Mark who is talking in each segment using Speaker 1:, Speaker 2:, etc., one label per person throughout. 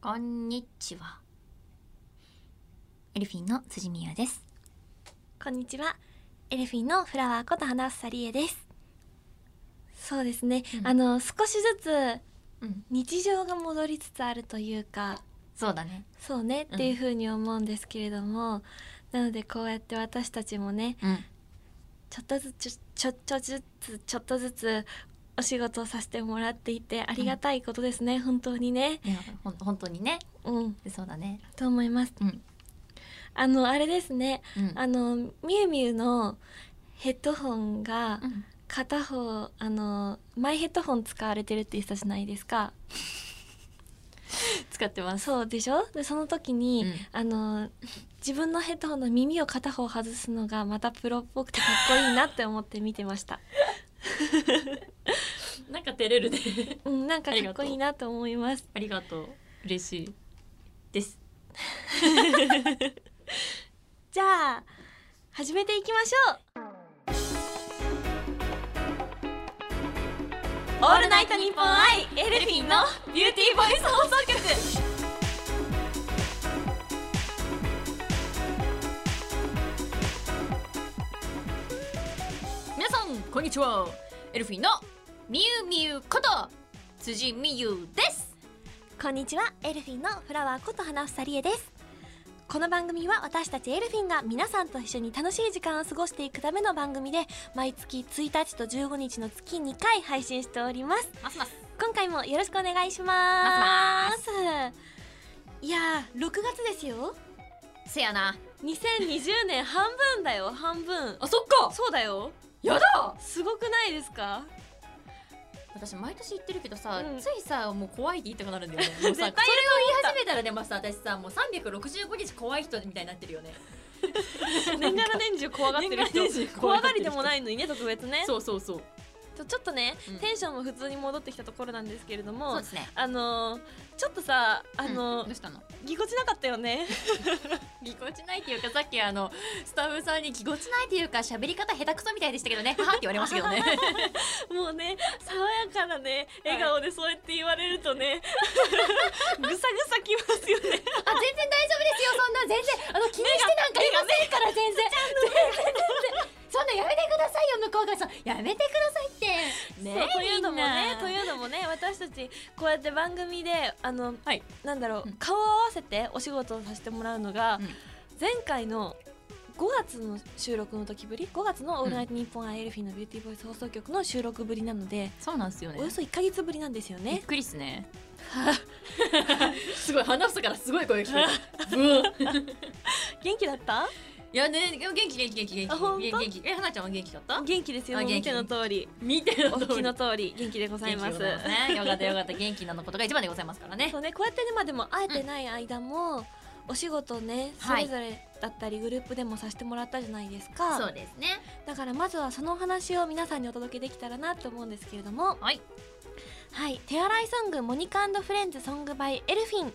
Speaker 1: こんにちは。エルフィンの辻美優です。
Speaker 2: こんにちは。エルフィンのフラワーこと花房理恵です。そうですね。
Speaker 1: うん
Speaker 2: あの少しずつ
Speaker 1: うん、
Speaker 2: 日常が戻りつつあるというか、
Speaker 1: そうだね。
Speaker 2: そうね
Speaker 1: うん
Speaker 2: っていうふうに思うんですけれども、なのでこうやって私たちもね、
Speaker 1: うん、
Speaker 2: ちょっとずつちょちょっとずつちょっとずつお仕事をさせてもらっていてありがたいことですね、本当にね。
Speaker 1: いや、ほん、本当にね。
Speaker 2: うん。
Speaker 1: そうだね。
Speaker 2: と思います。
Speaker 1: うん、
Speaker 2: あのあれですね。
Speaker 1: うん、
Speaker 2: あのみゆみゆのヘッドホンが。
Speaker 1: うん、
Speaker 2: 片方あのマイヘッドホン使われてるって言ってたじゃないですか
Speaker 1: 使ってます。
Speaker 2: そうでしょでその時に、
Speaker 1: うん
Speaker 2: あの自分のヘッドホンの耳を片方外すのがまたプロっぽくてかっこいいなって思って見てました、
Speaker 1: なんか照れるね。
Speaker 2: うん、なんかかっこいいなと思います
Speaker 1: ありがとう。嬉しい。です。
Speaker 2: じゃあ始めていきましょう
Speaker 1: オールナイトニッポンアイ、エルフィンのビューティーボイス放送局。皆さん、こんにちは。エルフィンのみゆみゆこと辻みゆです。
Speaker 2: こんにちはエルフィンのフラワーこと花房理恵ですこの番組は私たちエルフィンが皆さんと一緒に楽しい時間を過ごしていくための番組で毎月1日と15日の月2回配信しております
Speaker 1: ますます。
Speaker 2: 今回もよろしくお願いしますいやー6月ですよ
Speaker 1: せやな。
Speaker 2: 2020年半分だよ半分
Speaker 1: あ、そっか。
Speaker 2: そうだよ
Speaker 1: やだ。
Speaker 2: すごくないです か
Speaker 1: 私毎年言ってるけどさ、
Speaker 2: うん
Speaker 1: ついさもう怖いって言いたくなるんだ よね。もうさそれを言い始めたらでもさ私さもう365日怖い人みたいになってるよね。
Speaker 2: 年がら年中怖がってる
Speaker 1: 年
Speaker 2: 人
Speaker 1: がら年中怖
Speaker 2: 怖
Speaker 1: がっ
Speaker 2: が
Speaker 1: てる人
Speaker 2: りでもないのにね特別ね
Speaker 1: そうそうそう。
Speaker 2: ちょちょっとね、
Speaker 1: うん
Speaker 2: テンションも普通に戻ってきたところなんですけれど
Speaker 1: そう
Speaker 2: も
Speaker 1: ですね。
Speaker 2: あのーちょっとさあ
Speaker 1: う
Speaker 2: の
Speaker 1: ん
Speaker 2: ー
Speaker 1: どうしたの？
Speaker 2: ぎこちなかったよね
Speaker 1: ぎこちないっていうかさっきあのスタッフさんにぎこちないっていうか喋り方下手くそみたいでしたけどね。ははって言われました けどね。
Speaker 2: もうね爽やかなね笑顔でそうやって言われるとね、 ぐさぐさきますよ
Speaker 1: あ全然大丈
Speaker 2: ね
Speaker 1: 夫ですよそんな全然あの気にしてなんかいませんから全然全然全然そんなやめてくださいよ向こうがさやめてくださ いってね
Speaker 2: そうというのもねと
Speaker 1: みんな
Speaker 2: いうのもね私たちこうやって番組であの、
Speaker 1: はい
Speaker 2: なんだろう、
Speaker 1: うん
Speaker 2: 顔を合わせてお仕事をさせてもらうのが、
Speaker 1: うん
Speaker 2: 前回の5月の収録の時ぶり5月の「オールナイトニッポンアイエルフィンのビューティーボイス放送局」の収録ぶりなので、
Speaker 1: そうなんですよね
Speaker 2: およそ1か月ぶりなんですよ
Speaker 1: びっ
Speaker 2: ね。
Speaker 1: くりっすね すごい鼻すからすごい声が聞こえた ブー
Speaker 2: 元気だった
Speaker 1: いやねでも元気元気元気元
Speaker 2: あほん
Speaker 1: 気
Speaker 2: と
Speaker 1: 元気え花ちゃんは元気だった
Speaker 2: 元気ですよ
Speaker 1: あ
Speaker 2: もう
Speaker 1: 元
Speaker 2: 見
Speaker 1: 気
Speaker 2: ての通り
Speaker 1: 見ての
Speaker 2: お
Speaker 1: 通
Speaker 2: 聞き
Speaker 1: り
Speaker 2: の通り元気でございま
Speaker 1: 元気
Speaker 2: す
Speaker 1: でございますねよかったよかった元気なのことが一番でございますからね
Speaker 2: そうねこうやってねまあでも会えてない間も、お仕事ねそ
Speaker 1: はい
Speaker 2: れぞれだったりグループでもさせてもらったじゃないですか、
Speaker 1: そうですね
Speaker 2: だからまずはそのお話を皆さんにお届けできたらなと思うんですけれども
Speaker 1: はい
Speaker 2: はい手洗いソングモニカフレンズソングバイエルフィン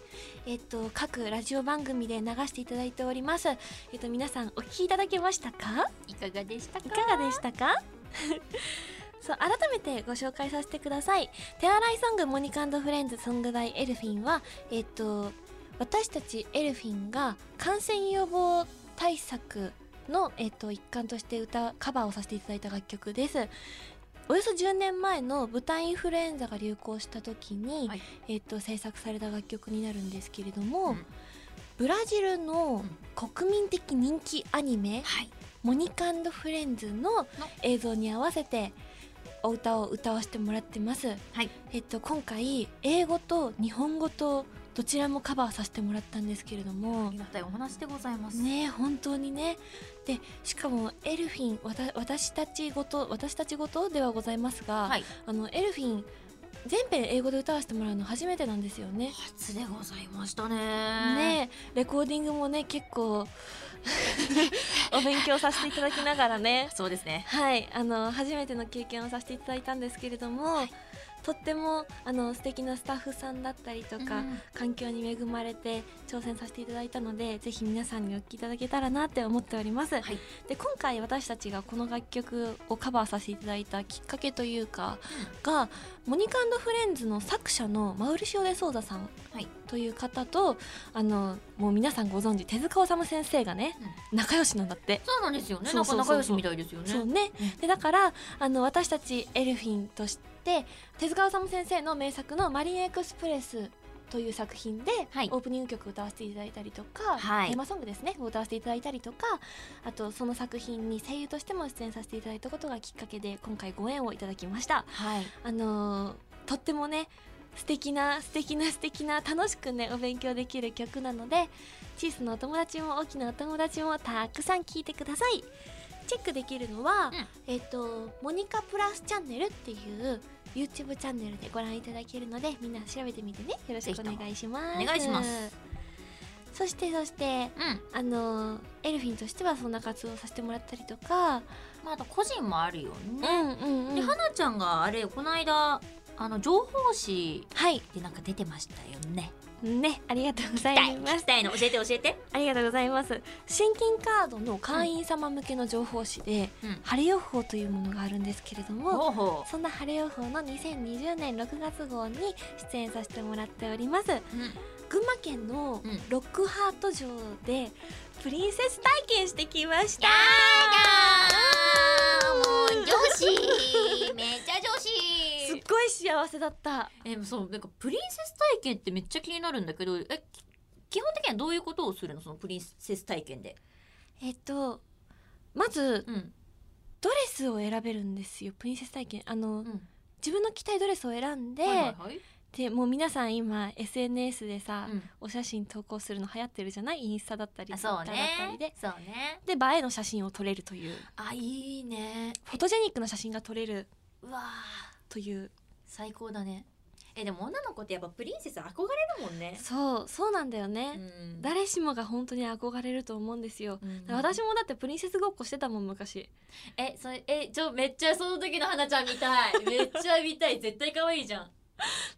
Speaker 2: えっと各ラジオ番組で流していただいておりますえっと皆さんお聞きいただけましたか
Speaker 1: いかがでしたか
Speaker 2: いかがでしたか そう改めてご紹介させてください手洗いソングモニカフレンズソングバイエルフィンはえっと私たちエルフィンが感染予防対策の、えっと、一環として歌カバーをさせていただいた楽曲ですおよそ10年前の豚インフルエンザが流行した時に、
Speaker 1: はい
Speaker 2: えっと、制作された楽曲になるんですけれど
Speaker 1: う
Speaker 2: も、
Speaker 1: ん
Speaker 2: ブラジルの国民的人気アニメ、
Speaker 1: はい
Speaker 2: モニカフレンズの映像に合わせてお歌を歌わせてもらってます、
Speaker 1: はい
Speaker 2: えっと、今回英語と日本語とどちらもカバーさせてもらったんですけれど
Speaker 1: あ
Speaker 2: も
Speaker 1: りがたいお話でございます
Speaker 2: ねえ本当にねでしかもエルフィンわた私たちごと私たちごとではございますが、
Speaker 1: はい
Speaker 2: あのエルフィン全編英語で歌わせてもらうの初めてなんですよね。
Speaker 1: 初でございましたね
Speaker 2: ねえレコーディングもね結構 お勉強させていただきながらね
Speaker 1: そうですね
Speaker 2: はい、あの初めての経験をさせていただいたんですけれども、とってもあの素敵なスタッフさんだったりとか、
Speaker 1: うん
Speaker 2: 環境に恵まれて挑戦させていただいたので、ぜひ皆さんにお聞きいただけたらなって思っております。
Speaker 1: はい
Speaker 2: で今回私たちがこの楽曲をカバーさせていただいたきっかけというか、がモニカフレンズの作者のマウリシオ・デ・ソーザさん
Speaker 1: はい
Speaker 2: という方とあのもう皆さんご存知手塚治虫先生がね、仲良しなんだって。
Speaker 1: そうなんですよね。
Speaker 2: そ
Speaker 1: な
Speaker 2: うん
Speaker 1: か
Speaker 2: そうそうそう
Speaker 1: 仲良しみたいですよね。
Speaker 2: そうね
Speaker 1: う、ん
Speaker 2: でだからあの私たちエルフィンとして手塚治虫先生の名作の「マリンエクスプレス」という作品で、
Speaker 1: はい
Speaker 2: オープニング曲を歌わせていただいたりとか、
Speaker 1: はい
Speaker 2: テーマソングですねを歌わせていただいたりとかあとその作品に声優としても出演させていただいたことがきっかけで今回ご縁をいただきました。
Speaker 1: はい。
Speaker 2: あのーとってもね素敵な素敵な素敵な楽しくねお勉強できる曲なので小さなお友達も大きなお友達もたくさん聴いてくださいチェックできるのは、えっ、とモニカプラスチャンネルっていう YouTube チャンネルでご覧いただけるのでみんな調べてみてねよろしくお願いします
Speaker 1: お願いします
Speaker 2: そしてそして
Speaker 1: うん。
Speaker 2: あのーエルフィンとしてはそんな活動をさせてもらったりとか、
Speaker 1: まああと個人もあるよ
Speaker 2: う
Speaker 1: ね。
Speaker 2: んうんうん
Speaker 1: で花ちゃんがあれこの間あの情報誌
Speaker 2: はい
Speaker 1: でなんか出てましたよね。
Speaker 2: ねありがとうござ
Speaker 1: 聞
Speaker 2: います
Speaker 1: きたいの教えて教えて。
Speaker 2: ありがとうございます。新金カードの会員様向けの情報誌で、
Speaker 1: うん
Speaker 2: 晴れ予報というものがあるんですけれども、
Speaker 1: ほうほ
Speaker 2: そんな晴れ予報の2020年6月号に出演させてもらっております。
Speaker 1: う。うん。
Speaker 2: 群馬県の
Speaker 1: うん
Speaker 2: ロックハート城でプリンセス体験してきました。
Speaker 1: もう女子めっちゃ女子
Speaker 2: すっごい幸せだった。
Speaker 1: えそうなんかプリンセス体験ってめっちゃ気になるんだけどえき基本的にはどういうことをするのそのプリンセス体験で。
Speaker 2: えっと、まず
Speaker 1: うん
Speaker 2: ドレスを選べるんですよ。プリンセス体験。あの、
Speaker 1: うん
Speaker 2: 自分の着たいドレスを選んで、
Speaker 1: はいはいはい
Speaker 2: でもう皆さん今 SNS でさ、
Speaker 1: うん
Speaker 2: お写真投稿するの流行ってるじゃないインスタだったり
Speaker 1: あ
Speaker 2: ツイッ
Speaker 1: そう
Speaker 2: ターだったり
Speaker 1: ね
Speaker 2: で。
Speaker 1: そうね
Speaker 2: で映えの写真を撮れるという
Speaker 1: あいいね
Speaker 2: フォトジェニックな写真が撮れる
Speaker 1: うわ
Speaker 2: という
Speaker 1: 最高だねえでも女の子ってやっぱプリンセス憧れるもんね
Speaker 2: そうそうなんだよね、誰しもが本当に憧れると思うんですよ、私
Speaker 1: も
Speaker 2: もだってプリンセスごっこしてたもん昔
Speaker 1: えそれえちょめっちゃその時の花ちゃん見たいめっちゃ見たい絶対可愛いじゃん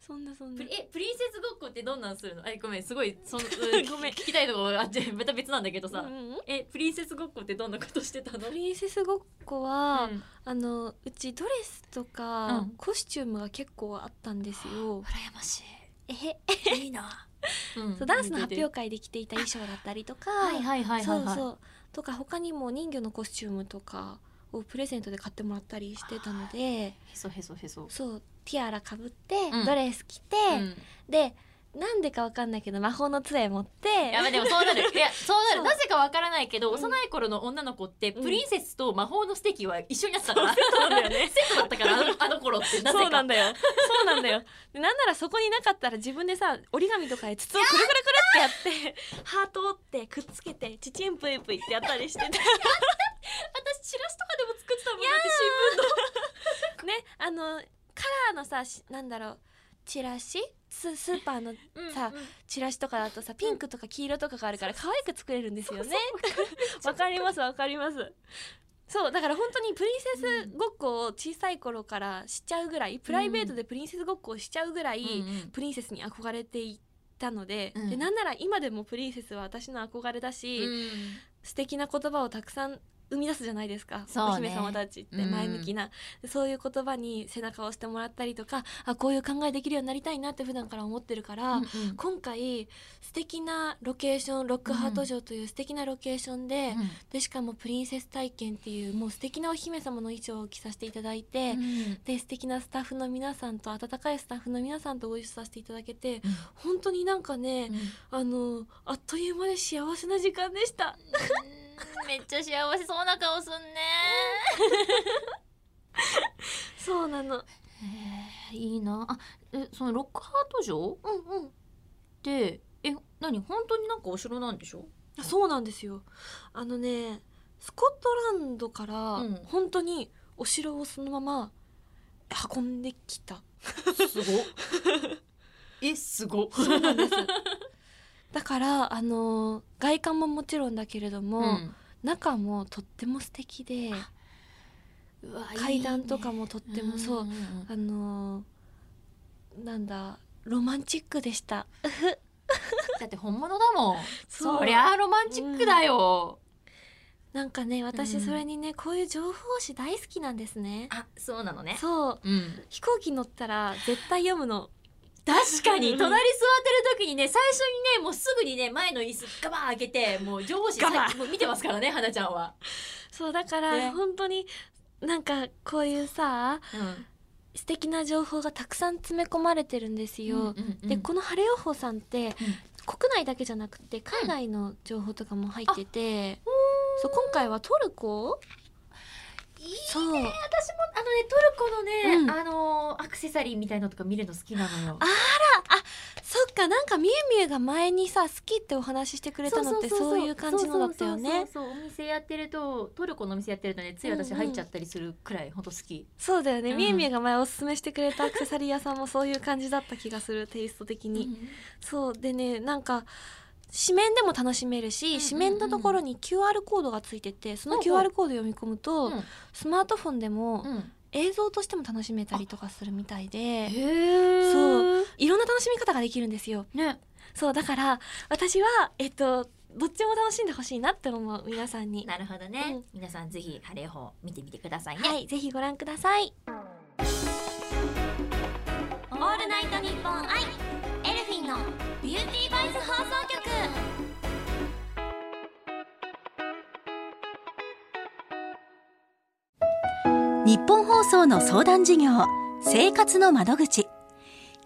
Speaker 2: そんなそん
Speaker 1: プ
Speaker 2: な
Speaker 1: リえプリンセスごっこってどんなんするのえごめんすごい その
Speaker 2: ごめん
Speaker 1: 聞きたいところがあって また別なんだけどさ、
Speaker 2: うんうん
Speaker 1: えプリンセスごっこってどんなことしてたの
Speaker 2: プリンセスごっこは、
Speaker 1: うん
Speaker 2: あのうちドレスとか、
Speaker 1: うん
Speaker 2: コスチュームが結構あったんですよ
Speaker 1: 羨まし
Speaker 2: えへ
Speaker 1: いいいな、 うん
Speaker 2: そうダンスの発
Speaker 1: 見
Speaker 2: 表
Speaker 1: て
Speaker 2: 会で着ていた衣装だったりとか、
Speaker 1: はいはいはいはいはい
Speaker 2: そう
Speaker 1: う
Speaker 2: そうとか他にも人魚のコスチュームとかをプレゼントで買ってもらったりしてたので
Speaker 1: へそへそへそ、
Speaker 2: そうティアラかぶって、
Speaker 1: うん
Speaker 2: ドレス着て、
Speaker 1: うん
Speaker 2: でなんでかわかんないけど魔法の杖持って
Speaker 1: や ばいでもそうなるいやそうな
Speaker 2: そ
Speaker 1: る
Speaker 2: う
Speaker 1: なぜかわからないけど、
Speaker 2: うん
Speaker 1: 幼い頃の女の子って
Speaker 2: うん
Speaker 1: プリンセスと魔法のステーキは一緒になってたから、そうだよね セットだったからあのあの頃ってなぜ
Speaker 2: そうな
Speaker 1: か
Speaker 2: んだよそうなんだよでなんならそこになかったら自分でさ折り紙とかで筒をくるくるくるってや ってハート折ってくっつけてチチンプイプイってやったりして た
Speaker 1: 私チラシとかでも作ってたもんだって
Speaker 2: ねあのカラーのさしなんだろうチラシススーパーの
Speaker 1: 新聞
Speaker 2: さチラシとかだとさピンクとか黄色とかがあるから可愛く作れるんですよね。わかりますわかります。そうだから本当にプリンセスごっこを小さい頃からしちゃうぐらい、プライベートでプリンセスごっこをしちゃうぐらい、プリンセスに憧れていたので,、
Speaker 1: うん
Speaker 2: でなんなら今でもプリンセスは私の憧れだし、素敵な言葉をたくさん生み出すじゃないですか、
Speaker 1: そうね
Speaker 2: お姫様たちって
Speaker 1: うん
Speaker 2: 前向きな、そういう言葉に背中を押してもらったりとかあこういう考えできるようになりたいなって普段から思ってるから、今回素敵なロケーションロックハート城という素敵なロケーションで、でしかもプリンセス体験っていうもう素敵なお姫様の衣装を着させていただいて、で素敵なスタッフの皆さんと温かいスタッフの皆さんとご一緒させていただけて本当になんかね、あのあっという間で幸せな時間でした。
Speaker 1: めっちゃ幸せそうな顔すんね
Speaker 2: そうなの
Speaker 1: へえいいなあえそのロックハート城
Speaker 2: うんうん
Speaker 1: ってえ何本当になんかお城なんでしょ
Speaker 2: あそうなんですよあのねスコットランドから
Speaker 1: うん
Speaker 2: 本当にお城をそのまま運んできた
Speaker 1: すご えすご
Speaker 2: そうなんですだからあの外観ももちろんだけれども、中もとっても素敵で階段とかもとってもそうあのなんだロマンチックでした
Speaker 1: だって本物だもん
Speaker 2: そう
Speaker 1: そりゃあロマンチックだよ、
Speaker 2: なんかね
Speaker 1: う
Speaker 2: 私
Speaker 1: ん
Speaker 2: それにね、こういう情報誌大好きなんですね
Speaker 1: あそうなのね
Speaker 2: そう
Speaker 1: うん
Speaker 2: 飛行機乗ったら絶対読むの
Speaker 1: 確かに隣座ってる時にね最初にねもうすぐにね前の椅子ガバー開けてもう上司
Speaker 2: ガバー
Speaker 1: さもう見てますからね花ちゃんは、
Speaker 2: そうだか
Speaker 1: ね
Speaker 2: ら本当になんかこういうさ素敵な情報がたくさん詰め込まれてるんですよ。でこの晴れ予報さんって、国内だけじゃなくて海外の情報とかも入ってて、そう今回はトルコ
Speaker 1: いいね私
Speaker 2: そ
Speaker 1: もあ
Speaker 2: う
Speaker 1: のねトルコのね、
Speaker 2: うん
Speaker 1: あのアクセサリーみたいのとか見るの好きなのよ
Speaker 2: あそっかなんかみゆみゆが前にさ好きってお話ししてくれたのってそういう感じのだったよ
Speaker 1: そう
Speaker 2: ね
Speaker 1: そうそうそうお店やってるとトルコのお店やってるとねつい私入っちゃったりするくらい本当好き、
Speaker 2: そうだよね
Speaker 1: うん
Speaker 2: みゆみゆが前おすすめしてくれたアク セサリー屋さんもそういう感じだった気がするテイスト的に、そうでねなんか紙面でも楽しめるし、
Speaker 1: うんうんうん
Speaker 2: 紙面のところに QR コードがついててその
Speaker 1: ほうほう
Speaker 2: QR コード読み込むと、
Speaker 1: うん
Speaker 2: スマートフォンでも
Speaker 1: うん
Speaker 2: 映像としても楽しめたりとかするみたいで、
Speaker 1: へ
Speaker 2: そういろんな楽しみ方ができるんですよ
Speaker 1: うね
Speaker 2: そうだから私はえっとどっちも楽しんでほしいなって思う皆さんに
Speaker 1: なるほどね、
Speaker 2: うん
Speaker 1: 皆さんぜひ晴れ予報見てみてくださいね、
Speaker 2: はいぜひご覧ください
Speaker 1: オールナイトニッポンアイエルフィンのビューティーバイス放送局
Speaker 3: 日本放送の相談事業生活の窓口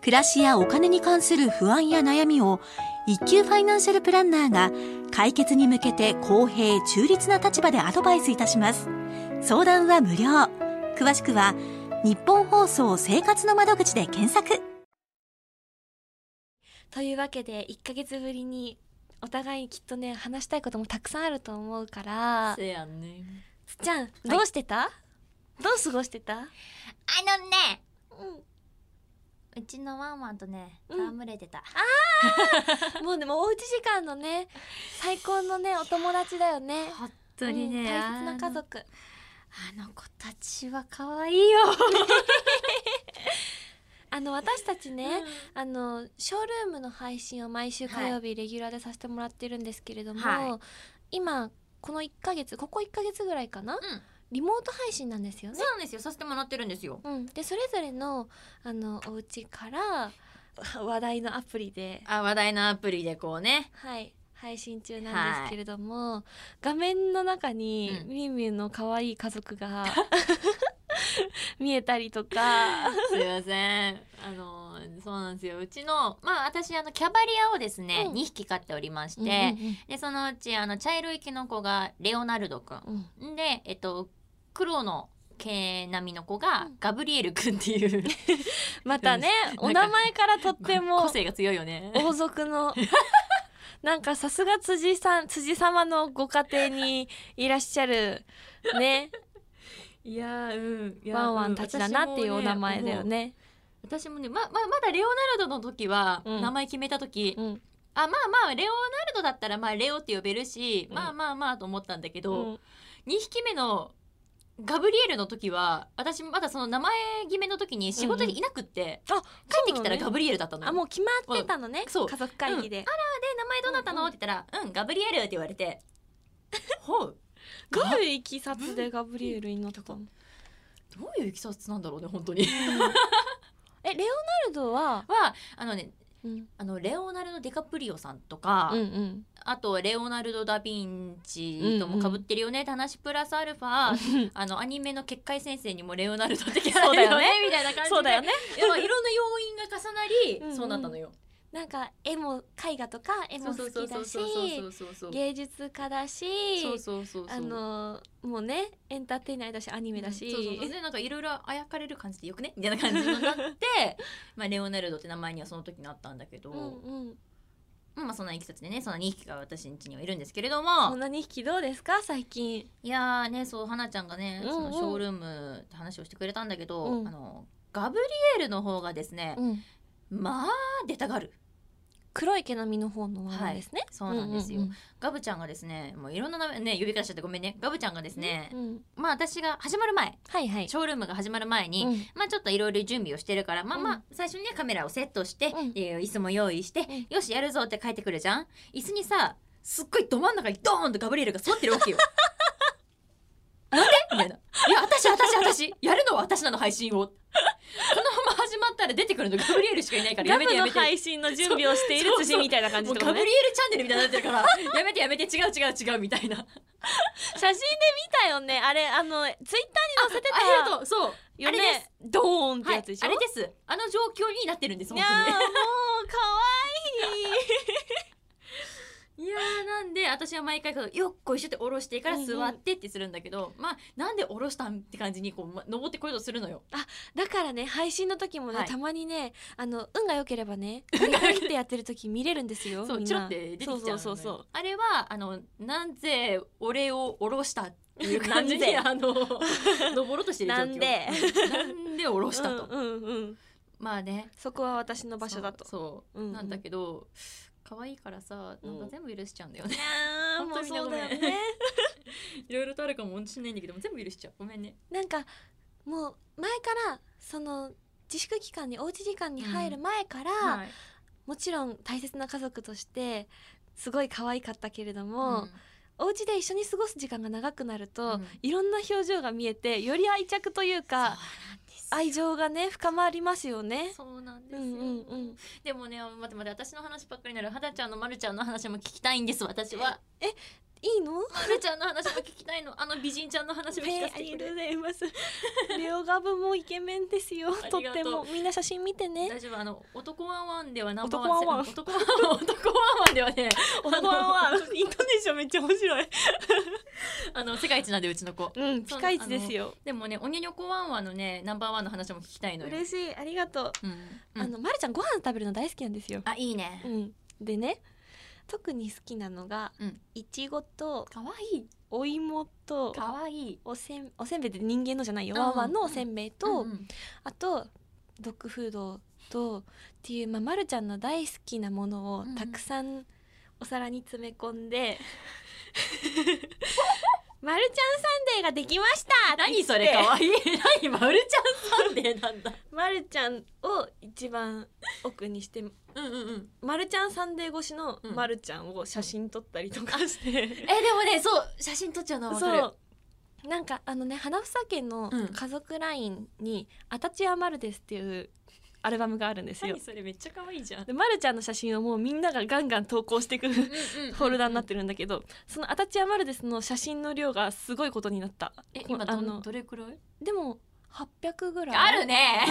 Speaker 3: 暮らしやお金に関する不安や悩みを一級ファイナンシャルプランナーが解決に向けて公平中立な立場でアドバイスいたします相談は無料詳しくは日本放送生活の窓口で検索
Speaker 2: というわけで1ヶ月ぶりにお互いきっとね話したいこともたくさんあると思うから
Speaker 1: せやね
Speaker 2: つっちゃんどうしてた、どう過ごしてた
Speaker 1: あのね
Speaker 2: う
Speaker 1: うちのワンワンとね
Speaker 2: うん
Speaker 1: 戯れてた、
Speaker 2: ん、もうねもうおうち時間のね最高のねお友達だよね
Speaker 1: 本当にね、
Speaker 2: うん大切な家族
Speaker 1: あのあの子たちは可愛いよ、
Speaker 2: あの私たちね、あのショールームの配信を毎週火曜日レギュラーでさせてもらってるんですけれども、
Speaker 1: は
Speaker 2: 今この1ヶ月ここ1ヶ月ぐらいかな、
Speaker 1: ん
Speaker 2: リモート配信なんですよね
Speaker 1: そう。なんですよさせてもらってるんですよ
Speaker 2: うん、でそれぞれのあのお家から話題のアプリで、
Speaker 1: あ話題のアプリでこうね
Speaker 2: はい、配信中なんですけれども、画面の中に
Speaker 1: うん
Speaker 2: みゆみゆの可愛い家 族が見えたりとか。
Speaker 1: すいませんあのそうなんですようちのまあ私あのキャバリアをですね、
Speaker 2: うん
Speaker 1: 2匹飼っておりまして、
Speaker 2: うん
Speaker 1: でそのうちあの茶色いキノコがレオナルドくん
Speaker 2: うんうん
Speaker 1: で、えっと、黒の毛並みの子がガブリエル君って いう、
Speaker 2: またね
Speaker 1: なんか
Speaker 2: お名前からとっても
Speaker 1: 個性が強いよね。
Speaker 2: 王族のなんかさすが辻さん辻様のご家庭にいらっしゃるね
Speaker 1: いやーうんいや
Speaker 2: ワンワンたちだなっていうお名前だよ。ね。
Speaker 1: うん私もね私もねまままだレオナルドの時は、
Speaker 2: うん
Speaker 1: 名前決めた時、
Speaker 2: うん
Speaker 1: あまあまあレオナルドだったらまあレオって呼べるし、
Speaker 2: うん
Speaker 1: まあまあまあと思ったんだけど、
Speaker 2: うん
Speaker 1: 2匹目のガブリエルの時は私まだその名前決めの時に仕事でいなくって、
Speaker 2: うんうんあ
Speaker 1: 帰ってきたらガブリエルだったのよ
Speaker 2: あもう決まってたのね、
Speaker 1: そう
Speaker 2: 家族会議で、
Speaker 1: で名前どうなったの?」
Speaker 2: うんうん
Speaker 1: って言ったら「うんガブリエル」って言われ て「ほう
Speaker 2: どういういきさつでガブリエルになったの
Speaker 1: どういういきさつなんだろうね本当に」
Speaker 2: えレオナルドは、
Speaker 1: はあのね
Speaker 2: うん、
Speaker 1: あのレオナルド・ディカプリオさんとか、
Speaker 2: うんうん
Speaker 1: あとレオナルド・ダ・ヴィンチともかぶってるよね、って話プラスアルファあのアニメの結界先生にもレオナルドってキャラ
Speaker 2: そうだよね
Speaker 1: いるよねみたいな感じで
Speaker 2: そうだよね
Speaker 1: いやまあいろんな要因が重な
Speaker 2: うんう
Speaker 1: り
Speaker 2: ん
Speaker 1: そうなったのよ。
Speaker 2: なんか絵も絵画とか絵も好きだし
Speaker 1: うそうそう
Speaker 2: 芸術家だし
Speaker 1: そうそうそうそう
Speaker 2: あのもうねエンターテイナーだしアニメだし、
Speaker 1: うんそうそうそうでなんかいろいろあやかれる感じでよくねみたいな感じになって まあレオナルドって名前にはその時なったんだけど、
Speaker 2: うんうん
Speaker 1: まあそんないきさつでねそんな2匹が私ん家にはいるんですけれど
Speaker 2: こ
Speaker 1: も
Speaker 2: んな2匹どうですか最近
Speaker 1: いやーねそう花ちゃんがね
Speaker 2: うんう
Speaker 1: その
Speaker 2: ん
Speaker 1: ショールームって話をしてくれたんだけど、
Speaker 2: うん
Speaker 1: あのガブリエルの方がですね、まあ出たがる
Speaker 2: 黒い毛並みの方のワンですね、
Speaker 1: そうなんですよ、
Speaker 2: うんうん
Speaker 1: ガブちゃんがですねもういろんな名前ね呼び方しちゃってごめんねガブちゃんがですね、
Speaker 2: うんうん
Speaker 1: まあ私が始まる前
Speaker 2: はいはい
Speaker 1: ショールームが始まる前に、
Speaker 2: うん
Speaker 1: まあちょっといろいろ準備をしてるから、まあま
Speaker 2: う
Speaker 1: あ最初にねカメラをセットして、
Speaker 2: うん
Speaker 1: で椅子も用意して、
Speaker 2: ん
Speaker 1: よしやるぞって帰ってくるじゃん椅 子にさすっごいど真ん中にドーンとガブリエルが座ってるわけよなんでみたいな。いや、私、私、私、やるのは私なの、配信を。このまま始まったら出てくるの、ガブリエルしかいないから、や
Speaker 2: ガ
Speaker 1: め
Speaker 2: ム
Speaker 1: てや
Speaker 2: の
Speaker 1: めて。
Speaker 2: 配信の準備をしている辻みたいな感じ
Speaker 1: も
Speaker 2: っ
Speaker 1: う
Speaker 2: てこ
Speaker 1: ガ
Speaker 2: と
Speaker 1: ブリエ
Speaker 2: ね
Speaker 1: ルチャンネルみたいになってるから、やめてやめて、違う違う違うみたいな。
Speaker 2: 写真で見たよねあれあのツイッターに載せてた
Speaker 1: ありがとう、そう。
Speaker 2: よ
Speaker 1: あれ
Speaker 2: ね
Speaker 1: です。
Speaker 2: ドーンって
Speaker 1: は
Speaker 2: や
Speaker 1: い
Speaker 2: つでしょ、
Speaker 1: あれです。あの状況になってるんです、本
Speaker 2: いやー
Speaker 1: 当に。
Speaker 2: もう可
Speaker 1: いやーなんで私は毎回こうよっこいしょって下ろしてから座ってってするんだけど、まあなんで下ろしたんって感じにこう、ま、登ってこようとするのよ。
Speaker 2: 愛いだからね配信の時もね、
Speaker 1: はい
Speaker 2: たまにねあの運が良けれ ばね「運が良い」ってやってる時見れるんですよ
Speaker 1: そう
Speaker 2: みんな
Speaker 1: チロって出てきちゃうのね
Speaker 2: そうそうそう
Speaker 1: あれはあのなんぜ俺を下ろしたっていう感じ
Speaker 2: なん
Speaker 1: に
Speaker 2: で
Speaker 1: あの登ろうとしてる状況
Speaker 2: なんで
Speaker 1: うんなんで下ろしたと、
Speaker 2: うんうんうん
Speaker 1: まあね
Speaker 2: そこは私の場所だと
Speaker 1: そうそう、
Speaker 2: うんうん
Speaker 1: なんだけど可愛いからさなんか全部許しちゃうんだよね、
Speaker 2: いやーもうそうだよね
Speaker 1: いろいろとあるかもしんないんだけども全部許しちゃうごめんね
Speaker 2: なんかもう前からその自粛期間におうち時間に入る前から、
Speaker 1: い、
Speaker 2: もちろん大切な家族としてすごい可愛かったけれど
Speaker 1: う
Speaker 2: も、
Speaker 1: ん
Speaker 2: お家で一緒に過ごす時間が長くなると、
Speaker 1: うん
Speaker 2: いろんな表情が見えてより愛着という
Speaker 1: そうな
Speaker 2: か
Speaker 1: んです
Speaker 2: 愛情がね深まりますよね。
Speaker 1: そうなんで
Speaker 2: う
Speaker 1: すよ、
Speaker 2: んうんうん、
Speaker 1: でもね待って待って私の話ばっかりになるはだちゃんのまるちゃんの話も聞きたいんです私はい
Speaker 2: いの
Speaker 1: まるちゃんの話も聞きたいのあの美人ちゃんの話も聞
Speaker 2: ね
Speaker 1: か
Speaker 2: あ
Speaker 1: せて
Speaker 2: り
Speaker 1: く
Speaker 2: がと
Speaker 1: れ
Speaker 2: うござい ます。レオガブもイケメンですよ。
Speaker 1: りが
Speaker 2: と
Speaker 1: と
Speaker 2: っ
Speaker 1: う
Speaker 2: てもみんな写真見てね。
Speaker 1: 大丈夫あの男ワンワンではナンバー
Speaker 2: 男
Speaker 1: ワン
Speaker 2: ワンワン
Speaker 1: 男ワンワン男ワンワンではね男ワン ワン
Speaker 2: イントネーションめっちゃ面白い。
Speaker 1: あの世界一なんでうちの子
Speaker 2: うんピカイチですよ。
Speaker 1: でもねおにゃにょこワンワンのねナンバーワンの話も聞きたいのよ
Speaker 2: 嬉しいありがとう。
Speaker 1: うんうん
Speaker 2: あのまるちゃんご飯食べるの大好きなんですよ。
Speaker 1: あいいね
Speaker 2: うん、でね特に好きなのが、
Speaker 1: うん
Speaker 2: いちごと
Speaker 1: かわいい
Speaker 2: お芋と
Speaker 1: かわいい
Speaker 2: おせんおせんべいって人間のじゃないよ、
Speaker 1: うん
Speaker 2: ワンワンのおせんべいと、
Speaker 1: うんうん
Speaker 2: あとドッグフードとっていう、まあ、まるちゃんの大好きなものを
Speaker 1: うんうん
Speaker 2: たくさんお皿に詰め込んで 「まるちゃんサンデーができました!」って言
Speaker 1: 何
Speaker 2: って
Speaker 1: それかわいい 何まるちゃんサンデーなんだ
Speaker 2: まるちゃんを一番奥にして
Speaker 1: うんうんうん
Speaker 2: まるちゃんサンデー越しのまるちゃんを写真撮ったりとかし て、
Speaker 1: えでもねそう写真撮っちゃうのはわかる
Speaker 2: そうなんかあのね花房家の
Speaker 1: うん
Speaker 2: 家族ラインに「アタチアマルです」っていうアルバムがあるんですよ
Speaker 1: 何。それめっちゃ可愛いじゃん
Speaker 2: でまるちゃんの写真をもうみんながガンガン投稿してくるフ
Speaker 1: フ
Speaker 2: ォルダになってるんだけどその「アタチアマルです」の写真の量がすごいことになった。
Speaker 1: え
Speaker 2: こ
Speaker 1: 今
Speaker 2: あ
Speaker 1: ど
Speaker 2: の
Speaker 1: のどれくらい
Speaker 2: でも800ぐらい
Speaker 1: あるね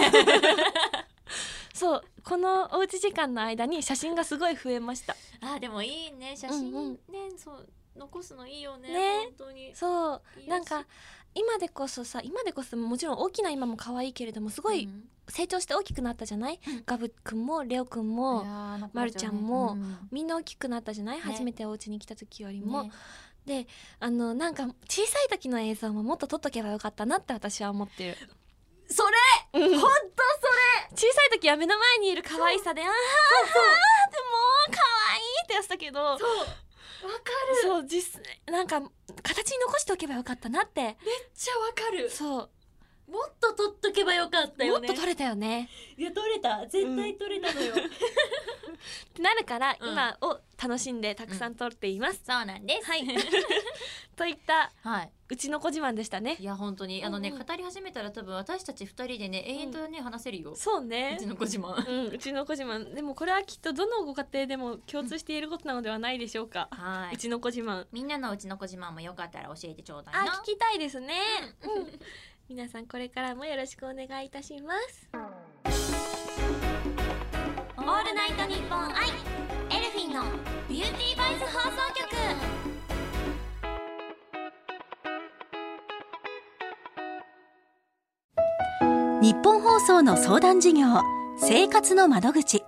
Speaker 2: そうこのおうち時間の間に写真がすごい増えました
Speaker 1: あでもいいね写
Speaker 2: うんうん
Speaker 1: 真ねそう残すのいいよね
Speaker 2: ね
Speaker 1: 本当に
Speaker 2: そう
Speaker 1: いいらし
Speaker 2: なん
Speaker 1: い
Speaker 2: か今でこそさ今でこそもちろん大きな今も可愛いけれどもすごい
Speaker 1: うん
Speaker 2: 成長して大きくなったじゃない、ガブくんもレオくんも
Speaker 1: いやーなんか
Speaker 2: まるちゃんも
Speaker 1: うん
Speaker 2: みんな大きくなったじゃない、
Speaker 1: ね
Speaker 2: 初めてお家に来た時よりも、
Speaker 1: ね
Speaker 2: あのなんか小さい時の映像ももっと撮っとけばよかったなって私は思ってる
Speaker 1: それ
Speaker 2: 本当そ
Speaker 1: ほ
Speaker 2: れ
Speaker 1: んと
Speaker 2: 小さい時は目の前にいる可愛さであーあーでもう可愛いってやつだけど
Speaker 1: そうわかる
Speaker 2: そう実なんか形に残しておけばよかったなって
Speaker 1: めっちゃわかる
Speaker 2: そ
Speaker 1: もっと撮っとけばよかった
Speaker 2: うも
Speaker 1: よ
Speaker 2: っ
Speaker 1: ね
Speaker 2: と撮れたよね
Speaker 1: いや撮れた絶対撮れたのよ
Speaker 2: ってなるから、
Speaker 1: うん
Speaker 2: 今を楽しんでたくさん撮っています、
Speaker 1: そうなんです
Speaker 2: はいといった
Speaker 1: はい、
Speaker 2: うちの小自慢でしたね
Speaker 1: いや本当にあのね、
Speaker 2: うんうん
Speaker 1: 語り始めたら多分私たち二人でね永遠とね、話せるよ
Speaker 2: そう
Speaker 1: う
Speaker 2: ね
Speaker 1: ちのご自 慢
Speaker 2: うん、うちの小島でもこれはきっとどのご家庭でも共通していることなのではないでしょうか、
Speaker 1: は
Speaker 2: うちの小島
Speaker 1: みんなのうちの小島もよかったら教えてちょうだい
Speaker 2: あ
Speaker 1: な。
Speaker 2: 聞きたいですね、うん 皆さんこれからもよろしくお願いいたします
Speaker 1: オールナイトニッポンアイエルフィンのビューティーバイス放送局。
Speaker 3: 日本放送の相談事業生活の窓口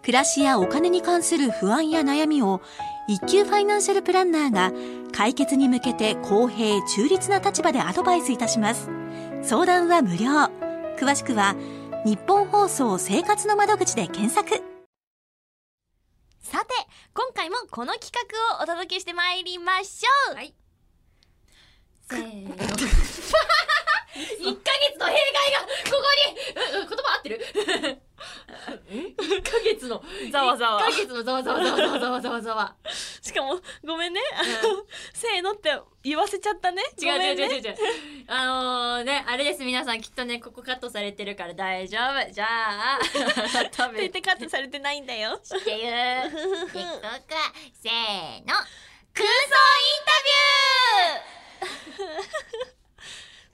Speaker 3: 暮らしやお金に関する不安や悩みを一級ファイナンシャルプランナーが解決に向けて公平中立な立場でアドバイスいたします相談は無料詳しくは日本放送生活の窓口で検索
Speaker 2: さて今回もこの企画をお届けしてまいりましょう
Speaker 1: はい。せーの。一ヶ月の弊害がここに。うう言葉合ってる。一ヶ月の。
Speaker 2: ざわざわ
Speaker 1: 一ヶ月のざわざわざわざわざわざわざわ。
Speaker 2: しかもごめんね、あの せーのって言わせちゃったね
Speaker 1: 違う違う違う
Speaker 2: う
Speaker 1: 違う違うあのー、ねあれです皆さんきっとねここカットされてるから大丈夫じゃあ改
Speaker 2: って言
Speaker 1: め
Speaker 2: っててカットされてないんだ よ
Speaker 1: っていう TikTok せーの空想インタビュ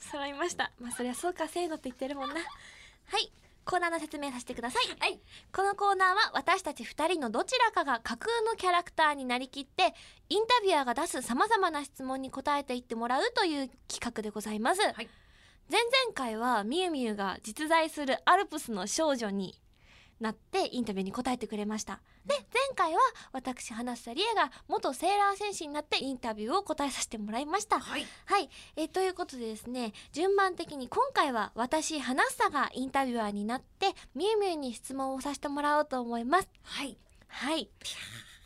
Speaker 1: ー
Speaker 2: 揃いましたまあそりゃそうかせーのって言ってるもんなはいコーナーの説明させてください
Speaker 1: はい
Speaker 2: このコーナーは私たち2人のどちらかが架空のキャラクターになりきってインタビュアーが出すさまざまな質問に答えていってもらうという企画でございます、
Speaker 1: い
Speaker 2: 前々回はみゆみゆが実在するアルプスの少女になってインタビューに答えてくれましたで前回は私花瀬理恵が元セーラー戦士になってインタビューを答えさせてもらいました
Speaker 1: はい
Speaker 2: はい、えーということでですね順番的に今回は私花房がインタビュアーになってみゆみゆに質問をさせてもらおうと思います
Speaker 1: はい
Speaker 2: はい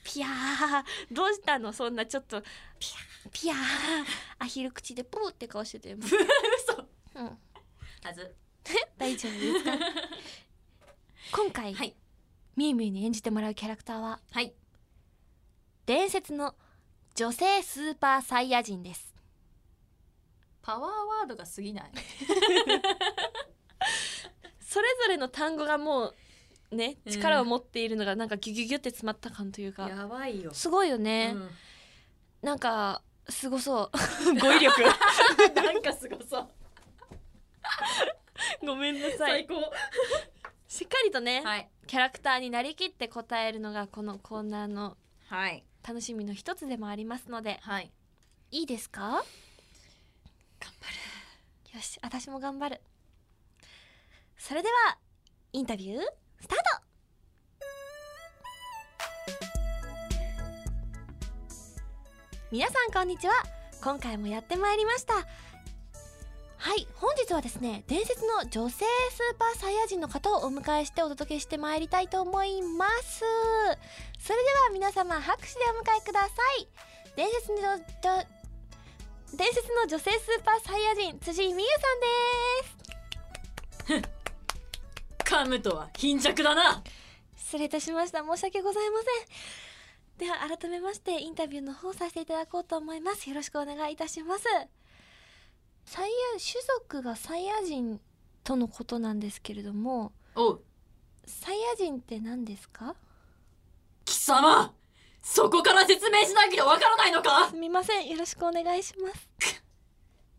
Speaker 2: ピヤーどうしたのそんなちょっとピヤーピヤーアヒル口でプーって顔してて、う
Speaker 1: 嘘
Speaker 2: ん、
Speaker 1: はず
Speaker 2: 大丈夫 ですか今回、
Speaker 1: はい
Speaker 2: みゆみゆに演じてもらうキャラクターは
Speaker 1: はい
Speaker 2: 伝説の女性スーパーサイヤ人です
Speaker 1: パワーワードが過ぎない
Speaker 2: それぞれの単語がもうね
Speaker 1: うん
Speaker 2: 力を持っているのがなんかギュギュギュって詰まった感というか、
Speaker 1: ばいよ
Speaker 2: すごいよ ね、
Speaker 1: うん
Speaker 2: なんかすごそう 語彙力
Speaker 1: なんかすごそう
Speaker 2: ごめんなさ
Speaker 1: 最
Speaker 2: い
Speaker 1: 高
Speaker 2: しっかりとね、
Speaker 1: はい
Speaker 2: キャラクターになりきって答えるのがこのコーナーの
Speaker 1: はい
Speaker 2: 楽しみの一つでもありますので
Speaker 1: はい
Speaker 2: いいですか
Speaker 1: 頑張る
Speaker 2: よし私も頑張るそれではインタビュースタート皆さんこんにちは今回もやってまいりましたはい本日はですね伝説の女性スーパーサイヤ人の方をお迎えしてお届けしてまいりたいと思いますそれでは皆様拍手でお迎えください伝説の女伝説の女性スーパーサイヤ人辻井美優さんです
Speaker 1: 噛むとは貧弱だな
Speaker 2: 失礼いたしました申し訳ございませんでは改めましてインタビューの方させていただこうと思いますよろしくお願いいたしますサイヤ種族がサイヤ人とのことなんですけれども
Speaker 1: おう
Speaker 2: サイヤ人って何ですか
Speaker 1: 貴様そこから説明しなければわからないのか
Speaker 2: すみませんよろしくお願いします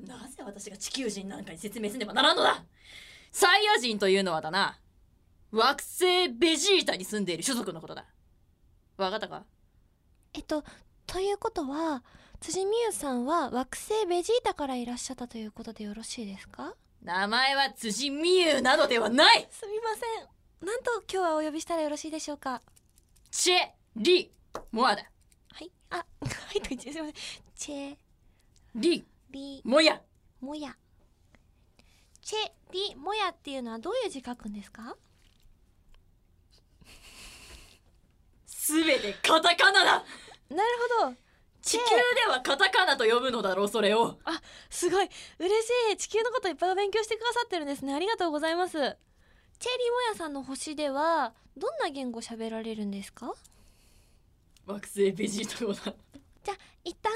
Speaker 1: なぜ私が地球人なんかに説明せねばならんのだサイヤ人というのはだな惑星ベジータに住んでいる種族のことだわかったか
Speaker 2: えっとということは辻美優さんは惑星ベジータからいらっしゃったということでよろしいですか
Speaker 1: 名前は辻美優などではない
Speaker 2: すみませんなんと今日はお呼びしたらよろしいでしょうか
Speaker 1: チェ・リ・モアだ
Speaker 2: はい。あ、 はいと言ってすみません。チェ
Speaker 1: リ・
Speaker 2: リ
Speaker 1: モヤ
Speaker 2: モヤ。チェリモヤっていうのはどういう字書くんですか？
Speaker 1: すべてカタカナだ
Speaker 2: なるほど。
Speaker 1: 地球ではカタカナと呼ぶのだろうそれを
Speaker 2: すごい嬉しい。地球のこといっぱいお勉強してくださってるんですね。ありがとうございます。チェリモヤさんの星ではどんな言語喋られるんですか？
Speaker 1: 惑星ベジータ語だ
Speaker 2: 一旦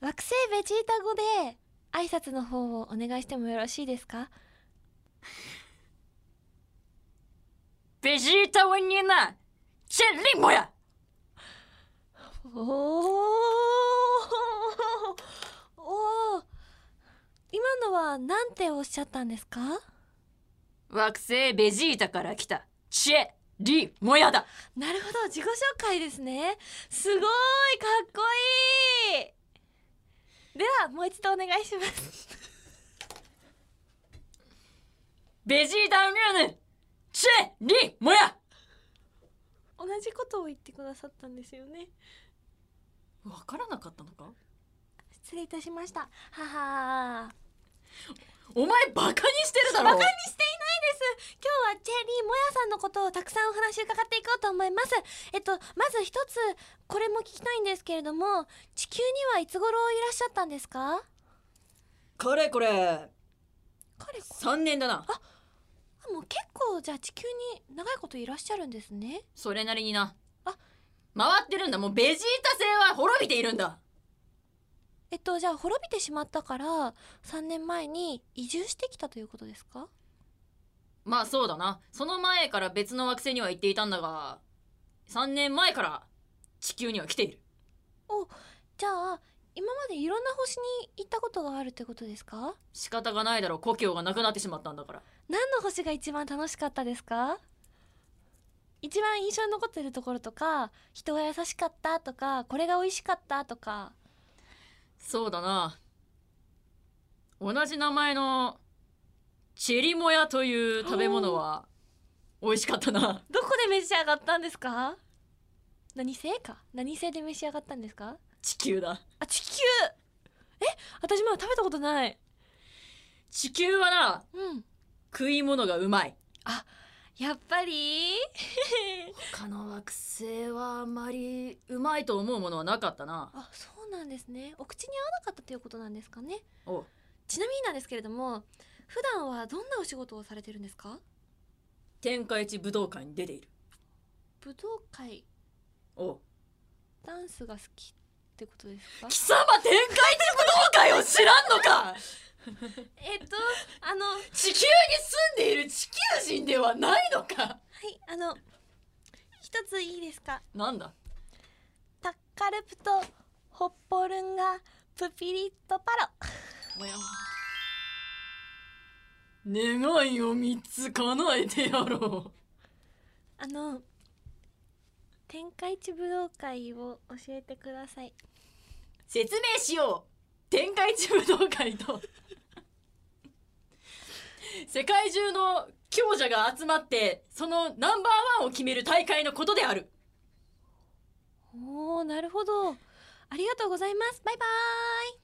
Speaker 2: 惑星ベジータ語で挨拶の方をお願いしてもよろしいですか？
Speaker 1: ベジータ語になチェ・リ・モヤ
Speaker 2: おーおー今のはなんておっしゃったんですか
Speaker 1: 惑星ベジータから来たチェ・リ・モヤだ
Speaker 2: なるほど自己紹介ですねすごいかっこいいではもう一度お願いします
Speaker 1: ベジータミューヌチェリモヤ
Speaker 2: 同じことを言ってくださったんですよね
Speaker 1: わからなかったのか
Speaker 2: 失礼いたしましたははー
Speaker 1: お前バカにしてるだ
Speaker 2: バカ
Speaker 1: ろ
Speaker 2: にしていないです今日はチェリーもやさんのことをたくさんお話伺っていこうと思いますえっとまず一つこれも聞きたいんですけれども地球にはいつ頃いらっしゃったんですか
Speaker 1: かれこれ
Speaker 2: 彼こ
Speaker 1: 3年だな
Speaker 2: もう結構じゃあ地球に長いこといらっしゃるんですね
Speaker 1: それなりにな
Speaker 2: あ
Speaker 1: 回ってるるんだもうベジータ星は滅びているんだ
Speaker 2: えっとじゃあ滅びてしまったから3年前に移住してきたということですか
Speaker 1: まあそうだなその前から別の惑星には行っていたんだが3年前から地球には来ている
Speaker 2: じゃあ今までいろんな星に行ったことがあるってことですか
Speaker 1: 仕方がないだろう故郷がなくなってしまったんだから
Speaker 2: 何の星が一番楽しかったですか一番印象に残ってるところとか人が優しかったとかこれが美味しかったとか
Speaker 1: そうだな同じ名前のチェリモヤという食べ物は美味しかったな
Speaker 2: どこで召し上がったんですか何星か何星で召し上がったんですか
Speaker 1: 地球だ
Speaker 2: あ地球え私まだ食べたことない
Speaker 1: 地球はな
Speaker 2: うん
Speaker 1: 食い物がうまい
Speaker 2: やっぱり
Speaker 1: 他の惑星はあまりうまいと思うものはなかったな
Speaker 2: あそうなんですねお口に合わなかったということなんですかね
Speaker 1: おう
Speaker 2: ちなみになんですけれども普段はどんなお仕事をされてるんですか
Speaker 1: 天下一武道会に出ている
Speaker 2: 武道会
Speaker 1: おう
Speaker 2: ダンスが好きってことですか
Speaker 1: 貴様天下一武道会を知らんのか
Speaker 2: えっとあのは
Speaker 1: 地球に住んでいる地球人ではないのか
Speaker 2: いあの一ついいですか
Speaker 1: なんだ
Speaker 2: タッカルプとホッポルンガプピリットパロ
Speaker 1: 願いを三つ叶えてやろ
Speaker 2: あの天下一武道会を教えてくださいう
Speaker 1: 説明しよう天下一武道会と世界中の強者が集まってそのナンバーワンを決める大会のことである
Speaker 2: おーなるほどありがとうございますバイバーイ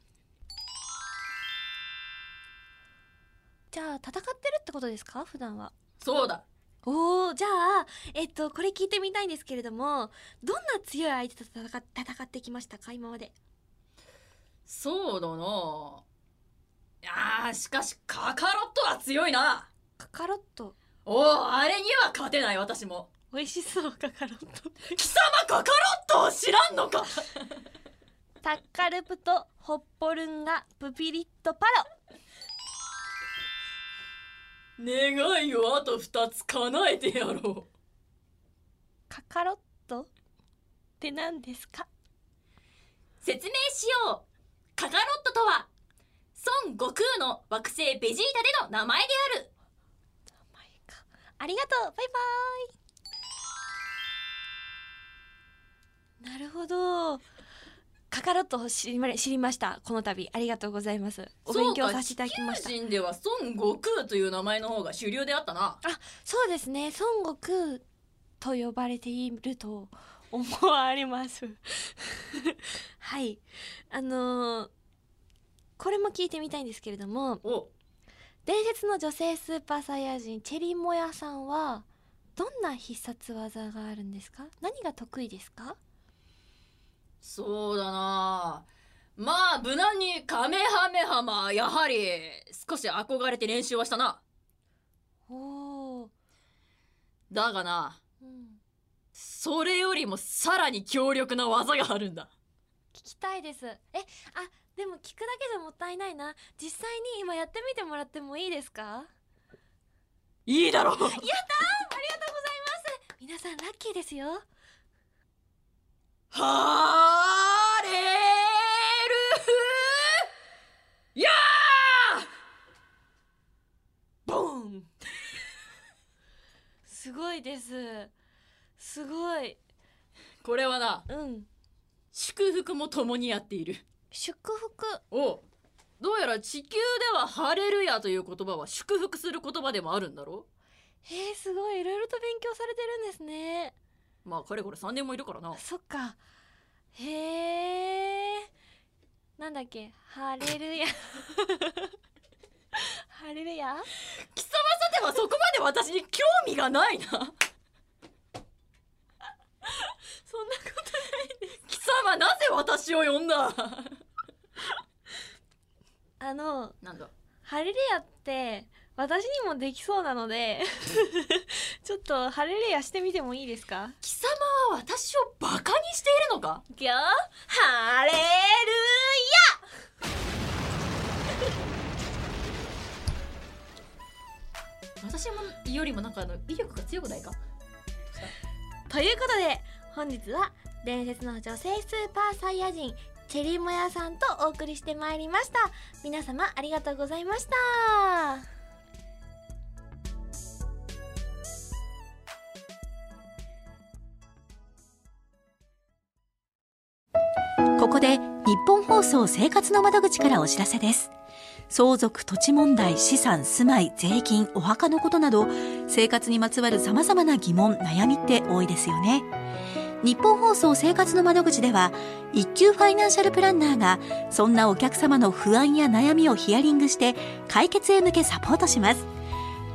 Speaker 2: じゃあ戦ってるってことですか普段は
Speaker 1: そうだ
Speaker 2: おーじゃあえっとこれ聞いてみたいんですけれどもどんな強い相手と戦っ戦ってきましたか今まで
Speaker 1: そうだなあーしかしカカロットは強いな
Speaker 2: カカロット
Speaker 1: おおあれには勝てない私も
Speaker 2: 美味しそうカカロット
Speaker 1: 貴様カカロットを知らんのか
Speaker 2: タッカルプとホッポルンガプピリットパロ
Speaker 1: 願いをあと二つ叶えてやろう
Speaker 2: カカロットって何ですか
Speaker 1: 説明しようカカロットとは孫悟空の惑星ベジータでの名前である
Speaker 2: 前かありがとうバイバイなるほどカカロットを知りま知りましたこの度ありがとうございますお勉強させていただきました
Speaker 1: 地球人では孫悟空という名前の方が主流であったな
Speaker 2: そうですね孫悟空と呼ばれていると思われます はいあのーこれも聞いてみたいんですけれども
Speaker 1: お
Speaker 2: 伝説の女性スーパーサイヤ人チェリモヤさんはどんな必殺技があるんですか何が得意ですか
Speaker 1: そうだなまあ無難にカメハメハマやはり少し憧れて練習はしたな
Speaker 2: おー、
Speaker 1: だがな
Speaker 2: うん、
Speaker 1: それよりもさらに強力な技があるんだ
Speaker 2: 聞きたいですえあでも聞くだけじゃもったいないな実際に今やってみてもらってもいいですか
Speaker 1: いいだろう
Speaker 2: 皆さんラッキーですよ
Speaker 1: はーれるやーボーン
Speaker 2: すごいですすごい
Speaker 1: これはな
Speaker 2: うん
Speaker 1: 祝福も共にやっている
Speaker 2: 祝福
Speaker 1: おうどうやら地球では「ハレルヤ」という言葉は祝福する言葉でもあるんだろ
Speaker 2: えー、すごいいろいろと勉強されてるんですね
Speaker 1: まあかれこれ3年もいるからな
Speaker 2: そっかへえなんだっけハレルヤ ハレルヤ
Speaker 1: 貴様さてはそこまで私に興味が ないな
Speaker 2: そんなこと
Speaker 1: 貴様なぜ私を呼んだ
Speaker 2: あの
Speaker 1: なんだ
Speaker 2: ハレルヤって私にもできそうなの でちょっとハレルヤしてみてもいいですか
Speaker 1: 貴様は私をバカにしているのそうか
Speaker 2: いくよハレル
Speaker 1: 私もよりもなんかあの威力が強くないか
Speaker 2: ヤということで本日は伝説の女性スーパーサイヤ人チェリモヤさんとお送りしてまいりました皆様ありがとうございました
Speaker 3: ここで日本放送生活の窓口からお知らせです。相続、土地問題、資産、住まい、税金、お墓のことなど、生活にまつわる様々な疑問、悩みって多いですよね。日本放送生活の窓口では、一級ファイナンシャルプランナーが、そんなお客様の不安や悩みをヒアリングして、解決へ向けサポートします。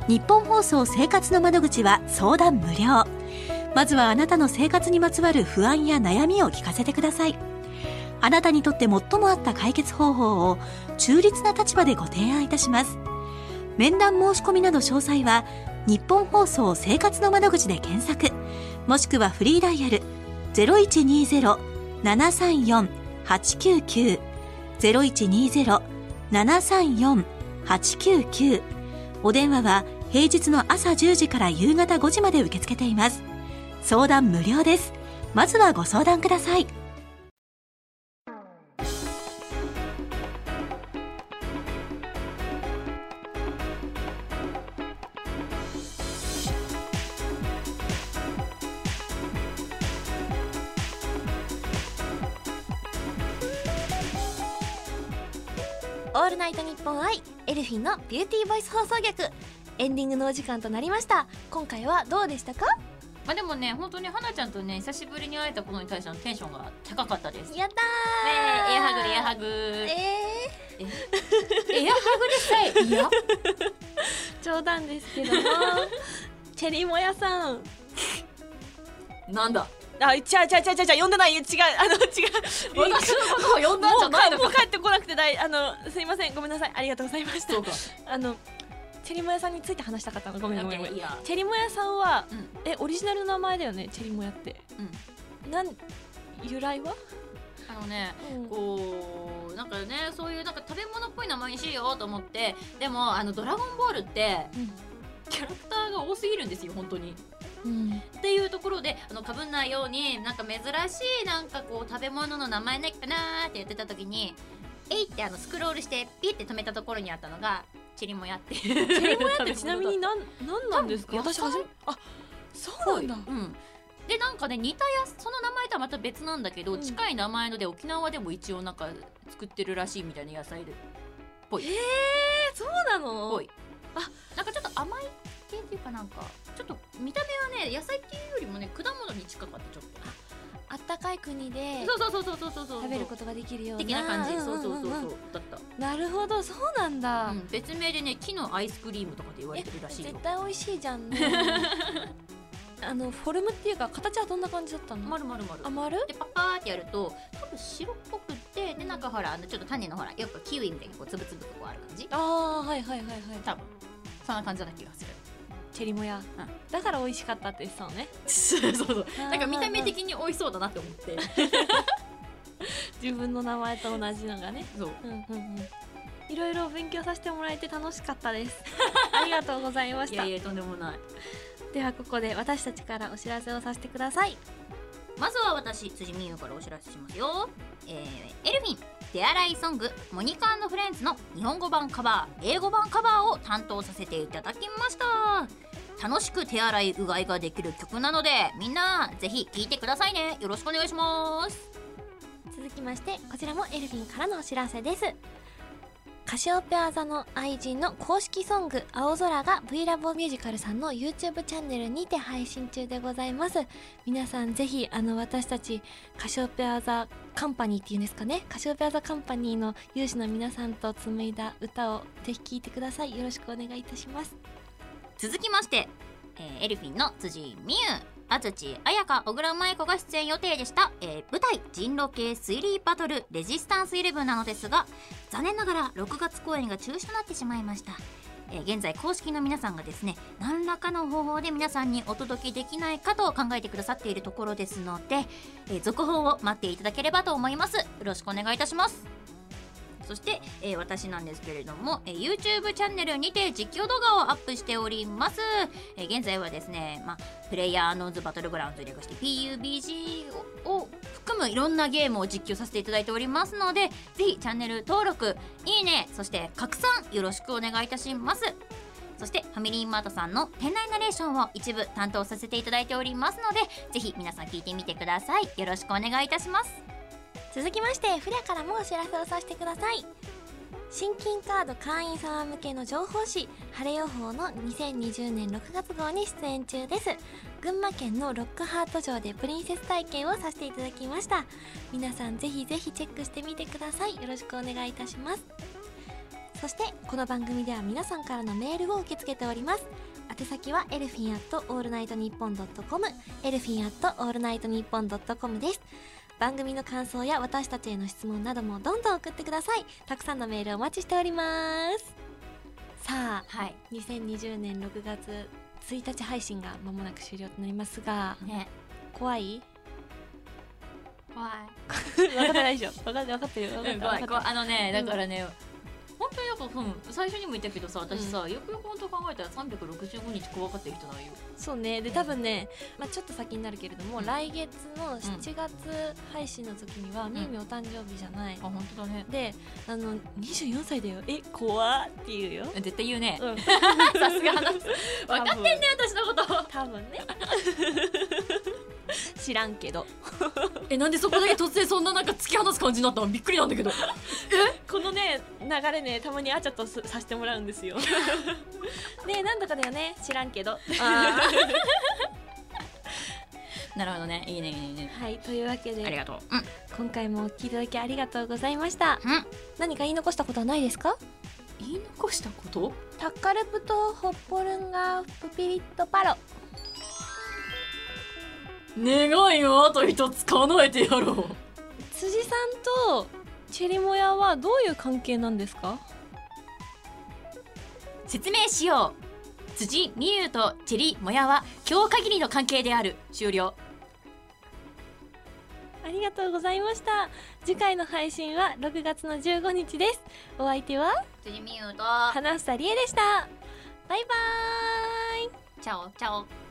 Speaker 3: 日本放送生活の窓口は相談無料。まずはあなたの生活にまつわる不安や悩みを聞かせてください。あなたにとって最も合った解決方法を中立な立場でご提案いたします。面談申し込みなど詳細は、日本放送生活の窓口で検索、もしくはフリーダイヤル0120-734-899、0120-734-899お電話は平日の朝10時から夕方5時まで受け付けています。相談無料です。まずはご相談ください。
Speaker 2: オールナイトニッポンアイエルフィンのビューティーボイス放送局エンディングのお時間となりました今回はどうでしたか
Speaker 1: まあでもね本当に花ちゃんとね久しぶりに会えたことに対してのテンションが高かったですね
Speaker 2: やった
Speaker 1: えエアハグエアハ
Speaker 2: グ
Speaker 1: グ
Speaker 2: え
Speaker 1: エアハグでさえいや
Speaker 2: ー冗談ですけどもチェリモヤさん
Speaker 1: なんだ
Speaker 4: あ、違う違う違う違う、呼んでない、違う、あの、違う。
Speaker 1: 私のことを呼んだんじゃないの
Speaker 4: もう
Speaker 1: か
Speaker 4: 帰ってこなくてない、あの、すいません、ごめんなさい、ありがとうございまし
Speaker 1: そうか
Speaker 4: た。あの、チェリモヤさんについて話したかったの、ごめんごめんごめん
Speaker 1: い。や
Speaker 4: チェリモヤさんは、
Speaker 1: うん
Speaker 4: え、オリジナルの名前だよね、チェリモヤって。
Speaker 1: うん
Speaker 4: なん、由来は。
Speaker 1: あのねこうなんかねそういうなんか食べ物っぽい名前にしようと思ってでもあの「ドラゴンボール」ってキャラクターが多すぎるんですよ本当に。
Speaker 4: うん、
Speaker 1: っていうところであの被んないようになんか珍しいなんかこう食べ物の名前ないかなーってやってた時に「えい!」ってあのスクロールしてピッて止めたところにあったのが「チリモヤ」っていう。チ
Speaker 4: チェリモヤ って、ちなみに、なん、なんなんですか。
Speaker 1: 多分
Speaker 4: 私、初め。あ、そうなんだ。
Speaker 1: うんでなんかね似たやその名前とはまた別なんだけど、
Speaker 4: ん
Speaker 1: 近い名前ので沖縄でも一応なんか作ってるらしいみたいな野菜で
Speaker 4: えそうなの
Speaker 1: ぽいあなんかちょっと甘い系っていうかなんかちょっと見た目はね野菜っていうよりもね果物に近かったちょっと
Speaker 2: あったかい国で
Speaker 1: そうそうそうそうそうそう
Speaker 2: 食べることができるような
Speaker 1: 的な感じ
Speaker 2: んんん
Speaker 1: そうそうそうそ
Speaker 2: ん
Speaker 1: うだった、
Speaker 2: なるほどそうなんだ、
Speaker 1: うん、別名でね木のアイスクリームとかって言われてるらしいよ
Speaker 2: 絶対美味しいじ ゃんね あのフォルムっていうか形はどんな感じだったの、
Speaker 1: まるまるまる
Speaker 2: あ丸
Speaker 1: でパパーってやると多分白っぽくてでなんかほらあのちょっと種のほらよくキウイみたいにこうつぶつぶとこうある感じ
Speaker 2: あーはいはいはいはい
Speaker 1: 多分そんな感じな気がする
Speaker 4: チェリモヤ、だから美味しかったって言ってたのね
Speaker 1: そうそうそう
Speaker 2: な
Speaker 1: なんか見た目的に美味しそうだなって思って
Speaker 4: 自分の名前と同じのがね
Speaker 1: そう
Speaker 4: うんうんうんいろいろ勉強させてもらえて楽しかったです ありがとうございま
Speaker 1: い
Speaker 4: した
Speaker 1: やいやとんでもない
Speaker 4: ではここで私たちからお知らせをさせてください
Speaker 1: まずは私辻美優からお知らせしますよ、えーエルフィン手洗いソングモニカフレンズの日本語版カバー英語版カバーを担当させていただきました楽しく手洗いうがいができる曲なのでみんなぜひ聴いてくださいねよろしくお願いします
Speaker 2: 続きましてこちらもエルフィンからのお知らせですカシオペア座の愛人の公式ソング「青空」が V ラボミュージカルさんの YouTube チャンネルにて配信中でございます皆さんぜひあの私たちカシオペア座カンパニーっていうんですかねカシオペア座カンパニーの有志の皆さんと紡いだ歌をぜひ聴いてくださいよろしくお願いいたします
Speaker 1: 続きまして、えーエルフィンの辻美優安土彩香小倉舞子が出演予定でした、えー舞台「人狼系推理バトルレジスタンスイレブン」なのですが残念ながら6月公演が中止となってしまいました
Speaker 5: えー現在公式の皆さんがですね何らかの方法で皆さんにお届けできないかと考えてくださっているところですので、えー続報を待っていただければと思いますよろしくお願いいたしますそして、えー私なんですけれども、えー YouTube チャンネルにて実況動画をアップしております、えー現在はですね、まあ、プレイヤーノーズバトルグラウンドを略して PUBG をを含むいろんなゲームを実況させていただいておりますのでぜひチャンネル登録いいねそして拡散よろしくお願いいたしますそしてファミリーマートさんの店内ナレーションを一部担当させていただいておりますのでぜひ皆さん聞いてみてくださいよろしくお願いいたします
Speaker 2: 続きましてフレアからもお知らせをさせてください新金カード会員様向けの情報誌「晴れ予報」の2020年6月号に出演中です群馬県のロックハート城でプリンセス体験をさせていただきました皆さんぜひぜひチェックしてみてくださいよろしくお願いいたしますそしてこの番組では皆さんからのメールを受け付けております宛先はエルフィンアットオールナイトニッポンドットコムエルフィンアットオールナイトニッポンドットコムです番組の感想や私たちへの質問などもどんどん送ってくださいたくさんのメールお待ちしておりますさあ
Speaker 5: はい
Speaker 2: 2020年6月1日配信が間もなく終了となりますが
Speaker 5: ね
Speaker 2: 怖い
Speaker 5: 怖い
Speaker 2: 分かってない でしょ分かって分かってる分かっ
Speaker 5: う
Speaker 2: てる
Speaker 5: ん怖
Speaker 2: 分
Speaker 5: い
Speaker 2: か
Speaker 5: 怖
Speaker 2: っ
Speaker 5: いあのねだからね、本当にやっぱ、うん、最初にも言ったけどさ私さ、よくよく本当考えたら365日怖がってる人なんよ
Speaker 2: てるそうねで多分ね、まあ、ちょっと先になるけれども、
Speaker 5: うん
Speaker 2: 来月の7月配信の時には、みーみーお誕生日じゃない、
Speaker 5: あ本当だね
Speaker 2: であの24歳だよえ怖って言うよ
Speaker 5: 絶対言うね
Speaker 2: うん
Speaker 5: さすが話す分かってんね私のこと
Speaker 2: 多分 ね知らんけど
Speaker 5: えなんでそこだけ突然そんななんか突き放す感じになったのびっくりなんだ けど
Speaker 2: このね流れねたまにあちゃとすさせてもらうんです よねなんとかだよね知らんけど
Speaker 5: なるほどねいいねいいねいいね
Speaker 2: はいというわけ
Speaker 5: あり
Speaker 2: で
Speaker 5: がとううん
Speaker 2: 今回もお聞きいただきありがとうございました
Speaker 5: うん
Speaker 2: 何か言い残したことはないですか
Speaker 5: 言い残したこと
Speaker 2: タッカルプとホッポルンガプピリットパロ
Speaker 5: 願いをあと一つ叶えてやろう
Speaker 2: 辻さんとチェリモヤはどういう関係なんですか
Speaker 5: 説明しよう辻美優とチェリモヤは今日限りの関係である終了
Speaker 2: ありがとうございました次回の配信は6月の15日ですお相手は
Speaker 5: 辻美優と
Speaker 2: 花房理恵でしたバイバーイ
Speaker 5: チャオチャオ